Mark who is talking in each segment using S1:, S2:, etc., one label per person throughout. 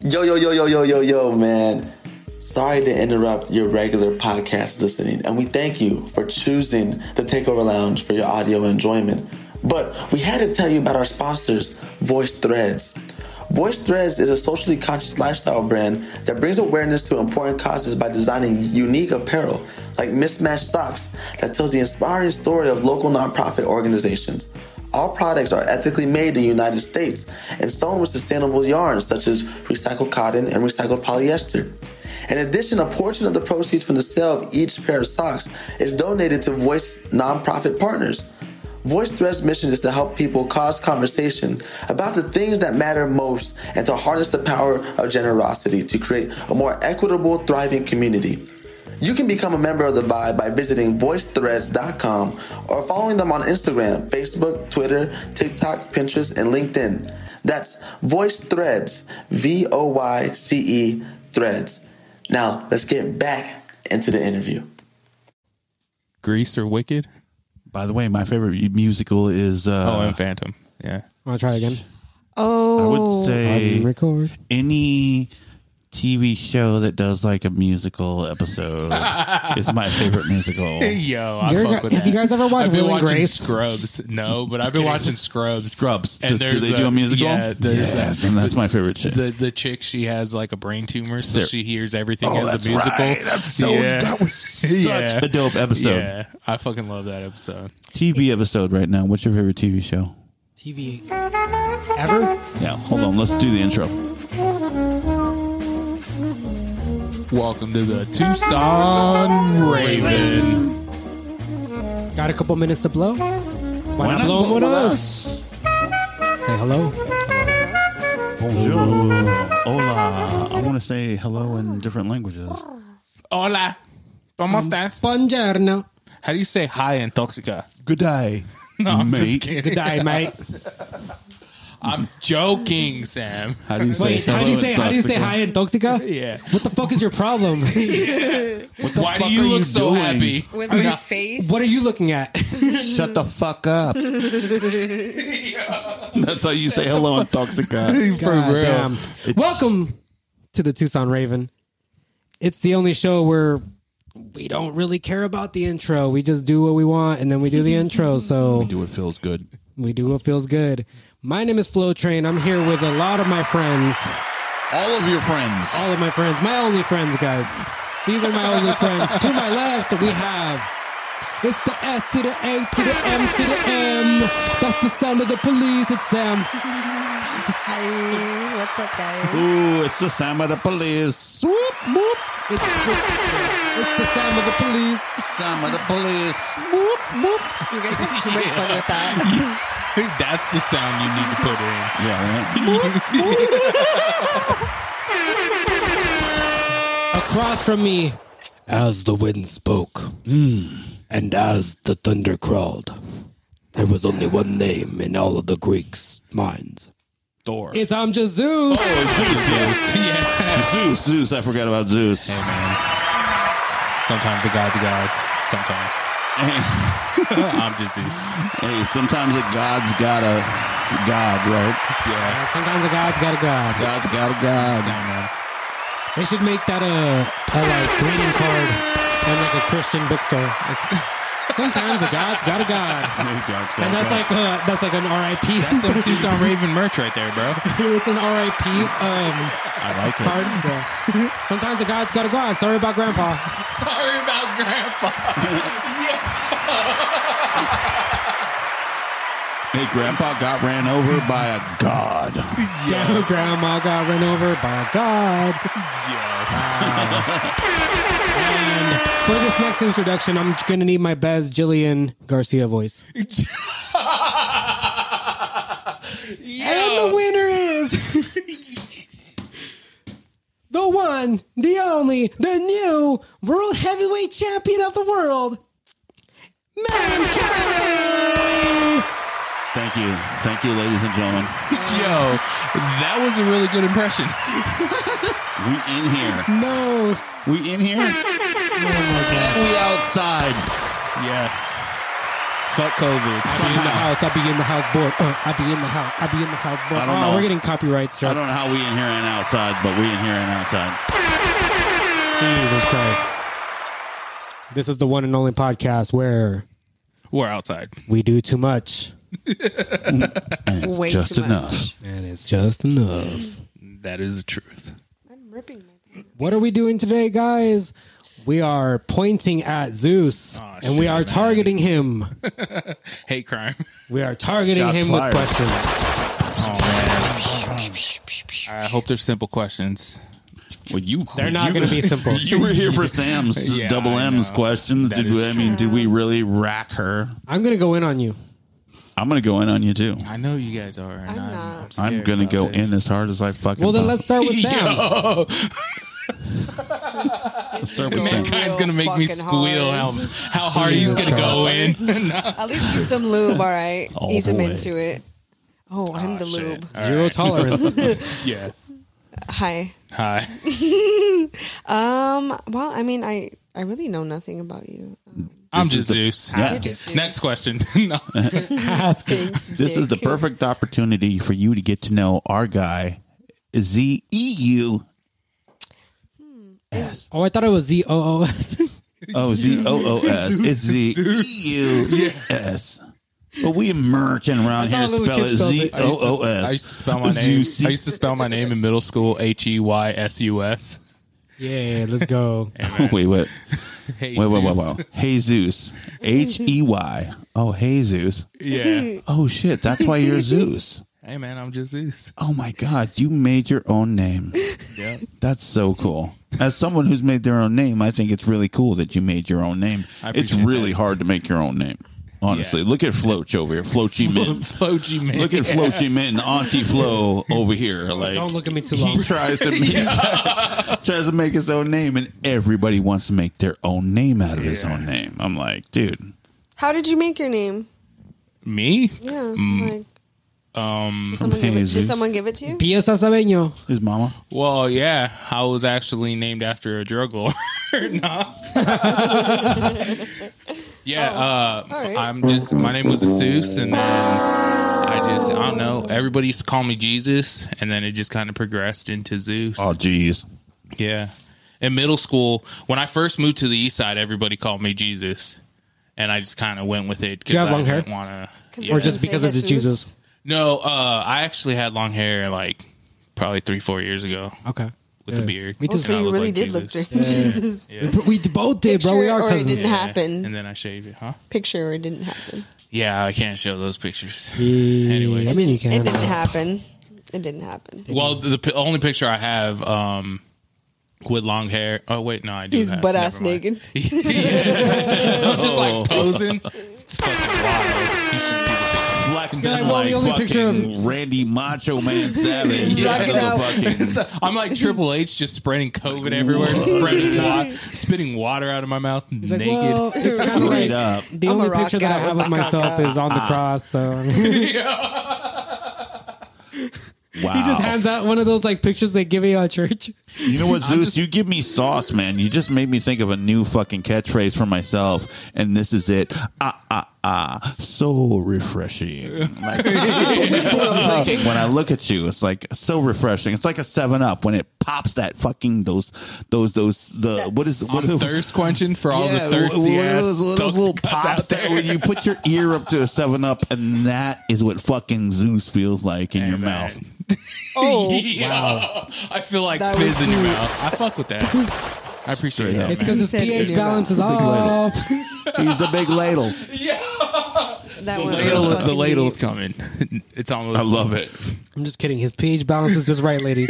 S1: Yo, yo, yo, yo, yo, yo, yo, man. Sorry to interrupt your regular podcast listening, and we thank you for choosing the Takeover Lounge for your audio enjoyment. But we had to tell you about our sponsors, Voice Threads. Voice Threads is a socially conscious lifestyle brand that brings awareness to important causes by designing unique apparel like mismatched socks that tells the inspiring story of local nonprofit organizations. All products are ethically made in the United States and sewn with sustainable yarns such as recycled cotton and recycled polyester. In addition, a portion of the proceeds from the sale of each pair of socks is donated to Voice nonprofit partners. Voice Thread's mission is to help people cause conversation about the things that matter most and to harness the power of generosity to create a more equitable, thriving community. You can become a member of the Vibe by visiting voicethreads.com or following them on Instagram, Facebook, Twitter, TikTok, Pinterest, and LinkedIn. That's Voice Threads, V O Y C E Threads. Now, let's get back into the interview.
S2: Grease or Wicked?
S3: By the way, my favorite musical is
S2: oh,
S3: uh,
S2: and Phantom. Yeah.
S4: Want to try again?
S3: I would
S5: Oh,
S3: say
S4: Button record.
S3: any TV show that does like a musical episode is my favorite musical.
S2: Yo, I
S4: You're
S2: fuck
S4: gu-
S2: with
S4: have
S2: that.
S4: you guys ever watched
S2: I've been
S4: Will and
S2: watching
S4: Grace?
S2: Scrubs. No, but I've been watching Scrubs.
S3: Scrubs.
S2: And
S3: Does- do
S2: there's
S3: they do a musical?
S2: Yeah, there's
S3: Yeah,
S2: a-
S3: then that's my favorite shit.
S2: The the chick she has like a brain tumor, so
S3: There.
S2: she hears everything
S3: Oh,
S2: as
S3: that's
S2: a musical.
S3: right. That's so- that was such
S2: Yeah.
S3: a dope episode.
S2: Yeah, I fucking love that episode.
S3: TV episode right now. What's your favorite TV show?
S4: TV. Ever?
S3: Yeah, hold on. Let's do the intro.
S2: Welcome to the Tucson Raven.
S4: Got a couple minutes to blow? Why, not blow 'em with us? Say hello.
S3: Bonjour. Hola. I want to say hello in different languages.
S2: Hola. ¿Cómo estás?
S4: Buongiorno.
S2: How do you say hi in Toxica?
S3: Good day.
S2: No, I'm just
S3: mate.
S2: kidding.
S4: Good day, mate.
S2: I'm joking, Sam.
S3: How do you say?
S4: Wait, how do you
S3: hello
S4: say
S3: in
S4: how do you say
S3: Saxophone?
S4: hi in Toxica?
S2: Yeah.
S4: What the fuck is your problem?
S2: Why do
S3: fuck
S2: you
S3: are
S2: look
S3: you
S2: so
S3: doing?
S2: happy?
S5: with my face.
S4: what are you looking at?
S3: Shut the fuck up. That's how you say hello in Toxica.
S2: For
S4: God
S2: real.
S4: damn. Welcome to the Tucson Raven. It's the only show where we don't really care about the intro. We just do what we want and then we do the intro. So
S3: Do what feels good.
S4: we do what feels good. My name is Flow Train. I'm here with a lot of my friends.
S3: All of your friends.
S4: All of my friends. My only friends, guys. These are my only friends. To my left, we have. It's the S to the A to the M to the M. That's the sound of the police. It's Sam.
S5: Hi, what's up, guys?
S3: Ooh, it's the sound of the police.
S4: Swoop, whoop. It's, it's the sound of the police.
S3: Sound of the police.
S4: Whoop, whoop.
S5: You guys have too much fun with that.
S2: That's the sound you need to put in.
S3: Yeah, right.
S4: Across from me, as the wind spoke, and as the thunder crawled, there was only one name in all of the Greeks' minds.
S3: Thor.
S4: It's Amja Zeus.
S3: Oh,
S2: Yeah.
S3: Zeus. Zeus. Zeus. I forgot about Zeus.
S2: Hey, man. Sometimes the gods are gods. Sometimes.
S3: Hey,
S2: I'm just Zeus.
S3: hey, sometimes a god's got a god, right?
S2: Yeah.
S4: Sometimes a god's got a god.
S3: God's got a
S2: Same,
S3: god.
S2: man.
S4: They should make that a, a like greeting card in like a Christian bookstore. It's, sometimes a god's got a god.
S3: Maybe God's got
S4: And
S3: a
S4: that's
S3: god.
S4: like a, that's like an RIP.
S2: That's some Tucson Raven merch right there, bro.
S4: it's an RIP um,
S3: I like it.
S4: card. Yeah. Sometimes a god's got a god. Sorry about grandpa.
S2: Sorry about Grandpa.
S3: Hey, Grandpa got ran over by a god.
S4: Yeah. Grandma got run over by a god.
S2: Yeah.
S4: And for this next introduction, I'm gonna need my best Jillian Garcia voice. And the winner is the one, the only, the new world heavyweight champion of the world, mankind.
S3: Thank you. Thank you, ladies and gentlemen.
S2: Yo, that was a really good impression.
S3: We in here.
S4: No,
S3: We in here. We outside.
S2: Yes. Fuck COVID.
S4: I be in the
S2: I
S4: house. I be in the house board. Uh, I be in the house. I be in the house board.
S3: I don't
S4: oh,
S3: know.
S4: We're getting copyright
S3: I
S4: struck.
S3: don't know how we in here and outside, but we in here and outside.
S4: Jesus Christ. This is the one and only podcast where
S2: mean, we're outside.
S4: we do too much
S3: And it's
S5: Way
S3: just
S5: too much.
S3: enough.
S4: and it's just enough.
S2: That is the truth.
S5: I'm ripping my
S4: What are we doing today, guys? We are pointing at Zeus
S2: Aw,
S4: and we
S2: shit,
S4: are
S2: man.
S4: targeting him.
S2: Hate crime.
S4: We are targeting
S3: Shots
S4: him
S3: fired.
S4: with questions.
S2: I hope they're simple questions.
S3: Well, you
S4: They're not going to be simple.
S3: You were here for Sam's
S2: Yeah,
S3: double
S2: I
S3: M's
S2: know.
S3: questions.
S2: That
S3: did
S2: is
S3: we, I mean, did we really rack her?
S4: I'm going to go in on you.
S3: I'm gonna go in on you too.
S2: I know you guys are. and
S5: I'm
S2: I'm,
S5: not.
S2: I'm,
S3: I'm gonna go in as hard as I fucking.
S4: Well, then
S3: can.
S4: let's start with Sam.
S5: pants.
S2: Mankind's
S5: Real
S2: gonna make me
S5: fucking
S2: squeal
S5: hard.
S2: how how hard he's gonna go in.
S5: At least use some lube, all right?
S3: Oh,
S5: Ease him
S3: boy.
S5: into it. Oh, I'm the lube.
S4: Zero tolerance.
S2: Yeah.
S5: Hi.
S2: Hi.
S5: Um. Well, I mean, I I really know nothing about you. Um,
S2: I'm
S3: This
S2: just
S3: is the-
S2: Zeus.
S3: Yeah.
S5: You're just
S2: Next
S5: serious.
S2: question. No.
S4: Ask him.
S5: Thanks,
S3: This is the
S5: dick.
S3: perfect opportunity for you to get to know our guy, Z E U S.
S4: Oh, I thought it was Z O O S.
S3: Oh, Z O O S. It's Z E U S. But we American around here
S4: That's how little
S3: spell
S4: kid
S3: it
S4: spells
S3: Z
S4: it.
S2: I used to-
S3: O O S.
S2: I used to spell my name. I used to spell my name in middle school H E Y S U S.
S4: Yeah, let's go.
S3: Wait, wait.
S2: Hey,
S3: Wait, wait, wait,
S2: Zeus.
S3: wait. Jesus. H E Y. Oh, hey, Zeus.
S2: Yeah.
S3: Oh, shit. That's why you're Zeus.
S2: Hey man, I'm just Zeus.
S3: Oh, my God. You made your own name.
S2: Yeah.
S3: That's so cool. As someone who's made their own name, I think it's really cool that you made your own name.
S2: I
S3: It's
S2: appreciate
S3: really
S2: that.
S3: hard to make your own name. Honestly, look at Floach over here. Floachy Min.
S2: Flo G man.
S3: Look at Floachy Min, Auntie Flo over here. Like
S4: Don't look at me too
S3: he
S4: long.
S3: tries to make tries to make his own name, and everybody wants to make their own name out of his own name. I'm like, dude,
S5: How did you make your name?
S2: me.
S5: Yeah. Like,
S2: Um.
S5: did someone give it, did
S3: Jesus.
S5: someone give it to you?
S4: Pia Sasabeño.
S3: his mama.
S2: Well, yeah, I was actually named after a drug lord. no. yeah,
S3: Oh.
S2: uh,
S5: alright.
S2: I'm just. My name was Zeus, and then I just. I don't know. Everybody used to call me Jesus, and then it just kind of progressed into Zeus.
S3: Oh, jeez.
S2: Yeah. In middle school, when I first moved to the east side, everybody called me Jesus, and I just kind of went with it
S4: you have
S2: I
S4: long hair?
S2: didn't want to.
S5: 'Cause
S4: Or just
S5: they didn't say
S4: because it's
S5: Jesus.
S4: Jesus.
S2: No, uh, I actually had long hair like probably three, four years ago
S4: Okay.
S2: with
S4: Yeah.
S2: the beard.
S4: Me too.
S5: Oh,
S2: And
S5: so
S2: I
S5: you
S2: look
S5: really
S2: like
S5: did look
S2: Jesus.
S5: like Jesus.
S2: Yeah.
S4: We both did, bro. We
S5: Picture
S4: are
S5: or it
S4: cousins.
S5: didn't happen.
S2: And then I shaved it, huh?
S5: Picture or it didn't happen.
S2: Yeah, I can't show those pictures.
S4: I mean, you can.
S5: It didn't happen. It didn't happen.
S2: Well, the, the p- only picture I have um, with long hair. Oh wait, no, I do.
S5: He's
S2: have-
S5: butt
S2: never
S5: ass
S2: mind.
S5: naked.
S2: I'm just
S4: Oh.
S2: like posing. It's fucking wild. You should see the picture.
S3: Flexing
S4: Yeah, well,
S3: like
S4: the only
S3: fucking
S4: picture
S3: Randy Macho Man Savage.
S5: Knock it out.
S3: Fucking-
S2: I'm like Triple H, just spreading COVID everywhere, spreading wa- spitting water out of my mouth,
S4: Like,
S2: naked.
S4: well, it's kind of
S3: Straight
S4: like
S3: up.
S4: the
S5: I'm a
S4: only
S5: rock
S4: picture that I
S5: guy
S4: have
S5: with
S4: of
S5: a
S4: myself
S5: cock.
S4: is on the
S2: Ah.
S4: cross. So he
S3: Wow.
S4: just hands out one of those like pictures they give you at church.
S3: You know what, Zeus? you give me sauce, man. You just made me think of a new fucking catchphrase for myself, and this is it. Ah, ah, ah. So refreshing. Like, that's what I'm thinking when I look at you. It's like so refreshing. It's like a Seven Up when it pops that fucking those those those the what is what
S2: I'm
S3: is
S2: thirst quenching for all
S3: Yeah,
S2: the thirsty
S3: one of
S2: ass
S3: those, one of those little
S2: thugs out
S3: pops that
S2: there.
S3: when you put your ear up to a Seven Up, and that is what fucking Zeus feels like in
S2: Hey,
S3: your
S2: man.
S3: mouth. Oh.
S5: Oh,
S2: Yeah. I feel like
S5: That
S2: fizz
S5: was
S2: in your
S5: deep.
S2: mouth. I fuck with that. I appreciate
S3: Straight
S2: that.
S3: up.
S4: It's
S2: man.
S4: because
S5: He
S4: his
S5: said
S4: pH
S5: it.
S4: balance is off.
S3: He's the big ladle.
S5: that one.
S2: Ladle-
S5: fucking
S2: the ladle's
S5: deep.
S2: coming. It's almost.
S3: I love it.
S4: I'm just kidding. His pH balance is just right, ladies.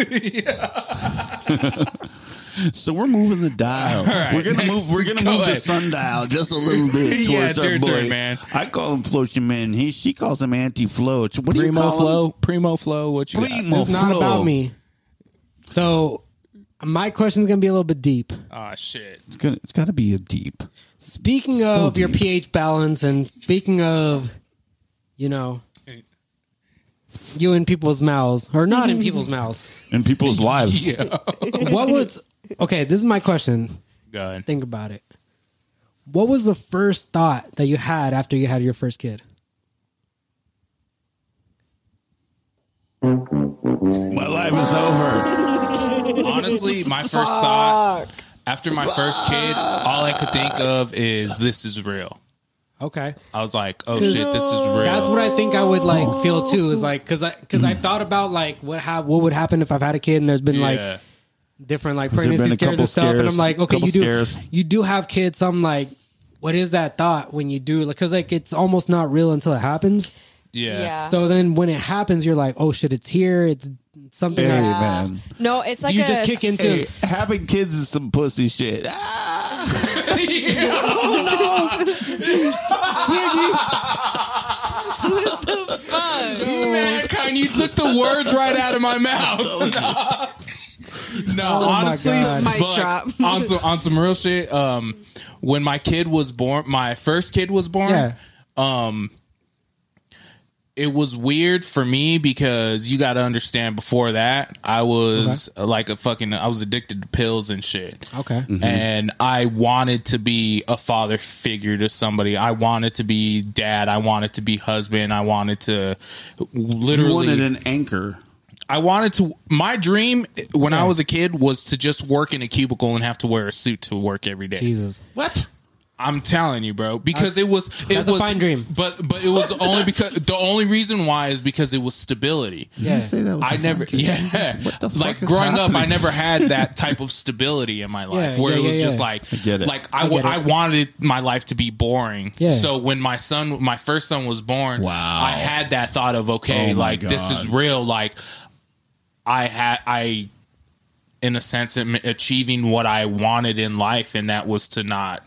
S3: So we're moving the dial. We're gonna move. We're gonna
S2: Go
S3: move the
S2: ahead.
S3: sundial just a little bit
S2: Yeah,
S3: towards
S2: it's
S3: our
S2: your
S3: boy.
S2: turn, man.
S3: I call him Floaty Man. He she calls him Anti Floach. What do you
S2: Primo
S3: call
S2: flow. Primo flow. What you
S3: him?
S2: got?
S3: Primo
S4: it's not
S3: Flow.
S4: about me. So my question's gonna be a little bit deep.
S2: Ah, shit.
S3: It's, gonna- it's got to be a deep.
S4: Speaking
S3: So
S4: of your
S3: deep.
S4: pH balance and speaking of, you know, you in people's mouths or not in people's mouths,
S3: In people's lives,
S2: Yeah.
S4: what was okay? This is my question.
S2: Go ahead.
S4: Think about it. What was the first thought that you had after you had your first kid?
S3: My life is over.
S2: Honestly, my first thought after my first kid, all I could think of is this is real.
S4: Okay.
S2: I was like, oh shit, this is real.
S4: That's what I think I would like feel too is like cuz I cuz I thought about like what ha- what would happen if I've had a kid and there's been like
S2: Yeah.
S4: different like
S3: there
S4: pregnancy
S3: been a
S4: scares
S3: couple
S4: and stuff. and
S3: scares?
S4: I'm like, okay,
S3: Couple
S4: you do
S3: scares?
S4: you do have kids. So I'm like, what is that thought when you do? Because like it's almost not real until it happens.
S2: yeah.
S5: Yeah.
S4: So then when it happens, you're like, oh shit, it's here. It's something.
S3: Hey,
S4: I-
S3: man.
S5: No, it's like
S4: you
S5: a
S4: just kick
S5: s-
S4: into
S3: Hey, having kids is some pussy shit. Ah!
S2: Mankind, you took the words right out of my mouth. no, honestly,
S4: Oh God.
S5: Mic
S2: but
S5: drop.
S2: on some on some real shit. Um, when my kid was born, my first kid was born.
S4: Yeah.
S2: Um, it was weird for me because you got to understand. Before that, I was uh, like a fucking. I was addicted to pills and shit.
S4: Okay.
S3: Mm-hmm.
S2: And I wanted to be a father figure to somebody. I wanted to be dad. I wanted to be husband. I wanted to
S3: You
S2: literally
S3: wanted an anchor.
S2: I wanted to. My dream when I was a kid was to just work in a cubicle and have to wear a suit to work every day.
S4: Jesus.
S3: What?
S2: I'm telling you, bro, because it was it
S4: that's a
S2: was
S4: fine dream.
S2: But but it was only because the only reason why is because it was stability.
S4: Yeah.
S3: that was
S2: I
S3: an
S2: never,
S3: anchor?
S2: yeah.
S3: What the fuck
S2: Like
S3: is
S2: growing up, I
S3: happening?
S2: never had that type of stability in my life
S4: Yeah,
S2: where
S4: yeah,
S2: it was
S4: yeah,
S2: just
S4: yeah.
S2: like,
S3: get it.
S2: like I, wa-
S4: get it.
S2: I wanted my life to be boring.
S4: Yeah.
S2: So when my son, my first son was born,
S3: Wow.
S2: I had that thought of, okay,
S3: Oh my
S2: like this is
S3: God.
S2: real. Like I had, I, in a sense, am achieving what I wanted in life, and that was to not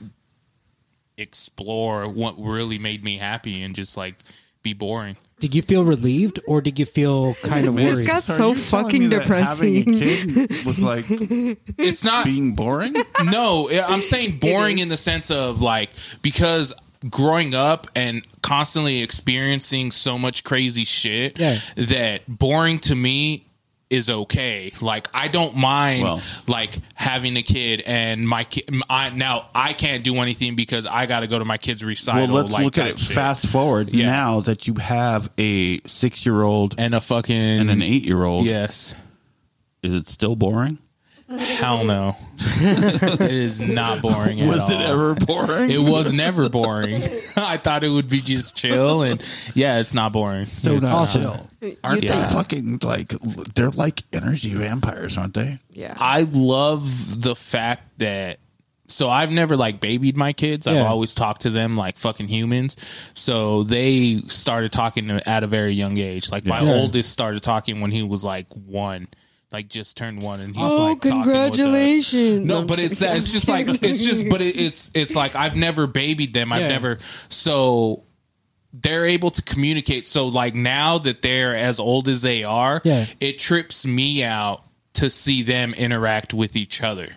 S2: explore what really made me happy and just like be boring.
S4: Did you feel relieved or did you feel kind of
S5: This
S4: worried?
S5: got
S3: So are
S5: so
S3: you telling
S5: fucking
S3: me that Having a
S5: depressing.
S3: kid was like
S2: It's not
S3: being boring.
S2: no, I- I'm saying boring
S5: is.
S2: in the sense of like because growing up and constantly experiencing so much crazy shit
S4: Yeah.
S2: that boring to me is okay. Like I don't mind
S3: Well.
S2: like having a kid and my kid. I now I can't do anything because I got to go to my kid's
S3: Well,
S2: recital.
S3: let's
S2: like,
S3: look at
S2: type
S3: it.
S2: shit.
S3: Fast forward
S2: Yeah.
S3: now that you have a six-year-old
S2: and a fucking
S3: and an eight-year-old.
S2: yes.
S3: Is it still boring?
S2: Hell no. it is not boring. at
S3: Was it
S2: all.
S3: ever boring?
S2: It was never boring. I thought it would be just chill, and yeah, it's not boring.
S3: so
S2: It's
S3: not
S4: awesome.
S3: chill. Aren't
S2: Yeah.
S3: they fucking like they're like energy vampires, aren't they?
S5: Yeah.
S2: I love the fact that. So I've never like babied my kids. I've
S4: Yeah.
S2: always talked to them like fucking humans. So they started talking to, at a very young age. Like my
S4: Yeah.
S2: oldest started talking when he was like one, like just turned one, and he's
S5: Oh,
S2: like talking with us.
S5: congratulations.
S2: No,
S5: I'm
S2: but
S5: just
S2: it's
S5: kidding.
S2: that. It's just like it's just. But it, it's it's like I've never babied them. I've
S4: Yeah.
S2: never so they're able to communicate. So like now that they're as old as they are,
S4: Yeah.
S2: it trips me out to see them interact with each other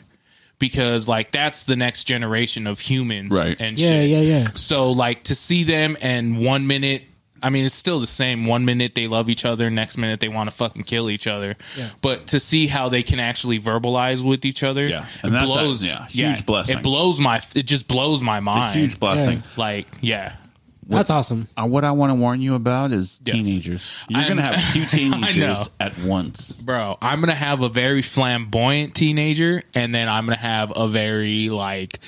S2: because like that's the next generation of humans,
S3: Right.
S2: And
S4: Yeah,
S2: shit.
S4: yeah, yeah.
S2: So like to see them and one minute. I mean, it's still the same. One minute they love each other, next minute they want to fucking kill each other. But to see how they can actually verbalize with each other,
S3: Yeah.
S2: it
S3: And that's a-
S2: blows.
S3: yeah, huge blessing.
S2: It blows my. It just blows my mind.
S3: Huge blessing.
S2: like yeah,
S4: That's awesome.
S3: Uh, what I want to warn you about is
S2: Yes.
S3: teenagers. You're
S2: I'm-
S3: going to have two
S2: know.
S3: teenagers at once.
S2: bro. I'm gonna have a very flamboyant teenager, and then I'm gonna have a very like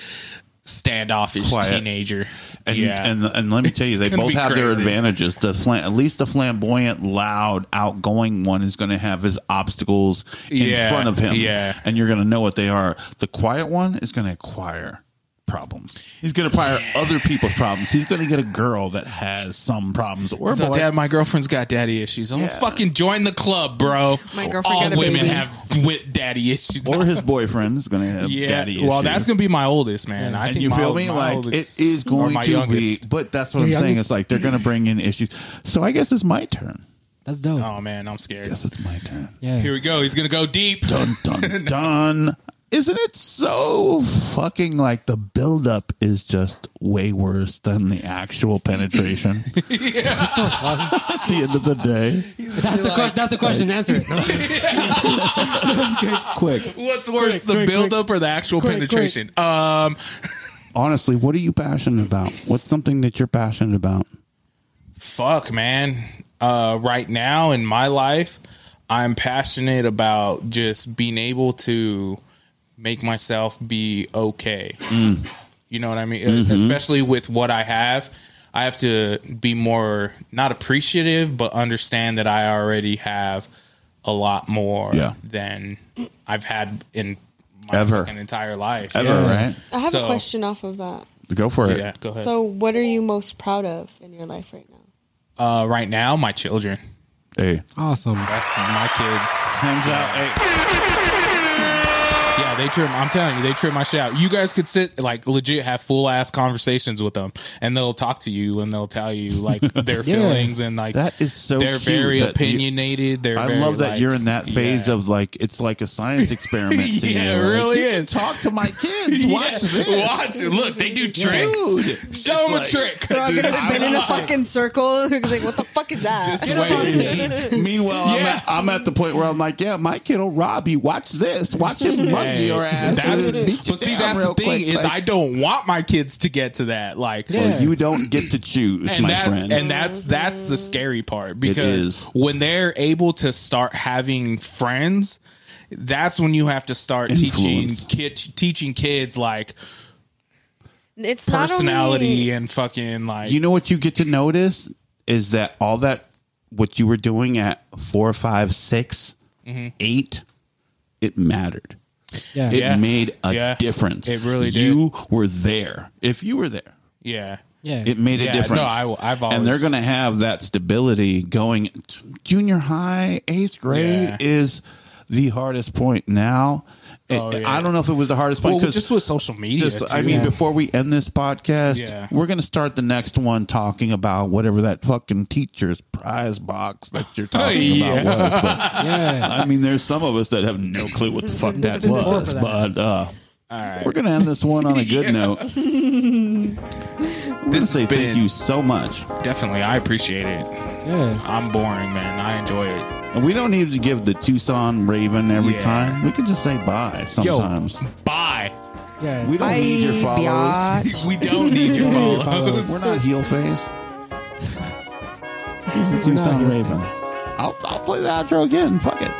S2: standoffish
S3: Quiet.
S2: teenager.
S3: And,
S2: yeah,
S3: and and let me tell you,
S2: It's
S3: they
S2: gonna
S3: both
S2: be
S3: have their
S2: crazy.
S3: advantages. The flam- at least the flamboyant, loud, outgoing one is going to have his obstacles in
S2: Yeah,
S3: front of him.
S2: yeah.
S3: and you're going to know what they are. The quiet one is going to acquire problems. He's going to acquire other people's problems. He's going to get a girl that has some problems or a
S2: So,
S3: boy.
S2: Dad, my girlfriend's got daddy issues. I'm
S3: Yeah.
S2: gonna fucking join the club, bro.
S5: My girlfriend
S2: All
S5: got a
S2: women
S5: baby.
S2: have with daddy issues.
S3: or his boyfriend is going to have
S2: yeah.
S3: daddy
S2: well,
S3: issues.
S2: that's gonna be my oldest man. I
S3: and
S2: think
S3: you
S2: my
S3: feel
S2: old-
S3: me?
S2: my
S3: Like
S2: oldest
S3: it is
S2: or
S3: going
S2: my
S3: to
S2: youngest.
S3: be, but that's what I'm
S4: Your
S3: saying.
S4: youngest?
S3: It's like they're going to bring in issues. So I guess it's my turn.
S4: That's dope.
S2: Oh man, I'm scared.
S3: Guess it's my turn.
S4: yeah.
S2: Here we go. He's gonna go deep.
S3: Dun dun dun. Isn't it so fucking like the buildup is just way worse than the actual penetration? At the end of the day,
S4: that's the question. That's the question. Answer it.
S3: quick.
S2: What's worse,
S4: quick,
S2: the
S4: quick.
S2: buildup or the actual Uh,
S4: Quick,
S2: penetration? Um,
S3: honestly, what are you passionate about? What's something that you're passionate about?
S2: Fuck, man. Uh, right now in my life, I'm passionate about just being able to make myself be okay.
S3: Mm.
S2: You know what I mean? Uh,
S3: Mm-hmm.
S2: Especially with what I have, I have to be more not appreciative, but understand that I already have a lot more
S3: Yeah.
S2: than I've had in my
S3: Ever.
S2: fucking entire life.
S3: Ever,
S2: Yeah.
S3: right?
S5: I have
S2: So-
S5: a question off of that.
S3: Go for it.
S2: Yeah, go ahead.
S5: So, what are you most proud of in your life right now?
S2: uh, right now, my children.
S3: Hey,
S4: Awesome.
S2: That's my kids.
S3: hands out. Hey,
S2: Yeah, they trim. I'm telling you, they trim my shit out. You guys could sit like legit have full ass conversations with them, and they'll talk to you and they'll tell you like their feelings and like
S3: that is so.
S2: they're
S3: cute
S2: very
S3: that you-
S2: opinionated. They're
S3: I
S2: very,
S3: love that
S2: like-
S3: you're in that phase
S2: Yeah.
S3: of like it's like a science experiment. to
S2: Yeah,
S3: you.
S2: it
S3: Like,
S2: really
S3: you can
S2: is.
S3: Talk to my kids.
S2: Yeah,
S3: Watch this.
S2: Watch it. Look, they do tricks.
S3: Dude,
S2: Show them
S3: like-
S2: a trick.
S5: They're all gonna spin in a fucking circle. They're like, what the fuck is that?
S2: Just
S5: Get up on
S2: wait.
S5: stage.
S3: Meanwhile, I'm,
S2: Yeah.
S3: at, I'm at the point where I'm like, yeah, my kid will rob you. Watch this. Watch him mug
S2: Hey,
S3: your ass.
S2: That's,
S3: and then beat you
S2: but see,
S3: down
S2: that's the
S3: real
S2: thing
S3: quick.
S2: is,
S3: Like,
S2: I don't want my kids to get to that. Like,
S3: well, you don't get to choose,
S2: and
S3: my
S2: that's
S3: friend.
S2: and that's that's the scary part because
S3: is.
S2: when they're able to start having friends that's when you have to start
S3: Influence.
S2: teaching kid, teaching kids like
S5: It's not
S2: personality
S5: only
S2: and fucking like
S3: you know what you get to notice is that all that what you were doing at four, five, six,
S2: Mm-hmm.
S3: eight, it mattered.
S4: Yeah.
S3: It
S4: yeah.
S2: Yeah.
S3: made a
S2: Yeah.
S3: difference.
S2: It really did.
S3: You were there. If you were there,
S2: yeah
S3: it made a
S2: Yeah, no,
S3: difference.
S2: I- I've
S3: and they're
S2: always-
S3: going to have that stability going. Junior high, eighth grade
S2: Yeah.
S3: is the hardest point now. It-
S2: Oh, yeah.
S3: I don't know if it was the hardest point
S2: well
S3: because
S2: just with social media
S3: just
S2: too.
S3: I mean, before we end this podcast,
S2: Yeah.
S3: we're gonna start the next one talking about whatever that fucking teacher's prize box that you're talking
S2: Yeah.
S3: about was. But
S4: yeah.
S3: I mean, there's some of us that have no clue what the fuck that was.
S4: that.
S3: But uh, we're gonna end this one on a good note.
S2: this
S3: Say
S2: has been
S3: thank you so much.
S2: definitely i appreciate it
S4: Yeah.
S2: i'm boring man i enjoy it
S3: And we don't need to give the Tucson Raven every
S2: Yeah.
S3: time. We can just say bye
S2: yo
S3: sometimes.
S2: bye
S4: Yeah.
S3: we don't need your
S5: Bye,
S3: followers.
S5: biatch.
S2: we don't need your
S4: Follow-
S2: follow
S3: We're not heel face. this is Tucson Raven. I'll, I'll play the outro again. Fuck it.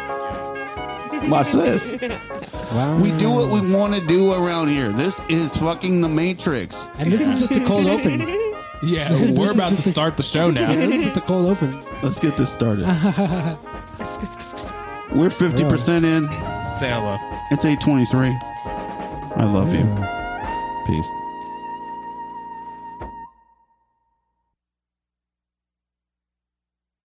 S3: Watch this.
S4: Wow.
S3: We do what we want to do around here. This is fucking the Matrix.
S4: And this is just a cold open. Yeah,
S2: yeah we're about to start the show now
S4: this is just a cold open.
S3: Let's get this started. We're 50% in.
S2: say hello
S3: It's 823. I love you. Peace.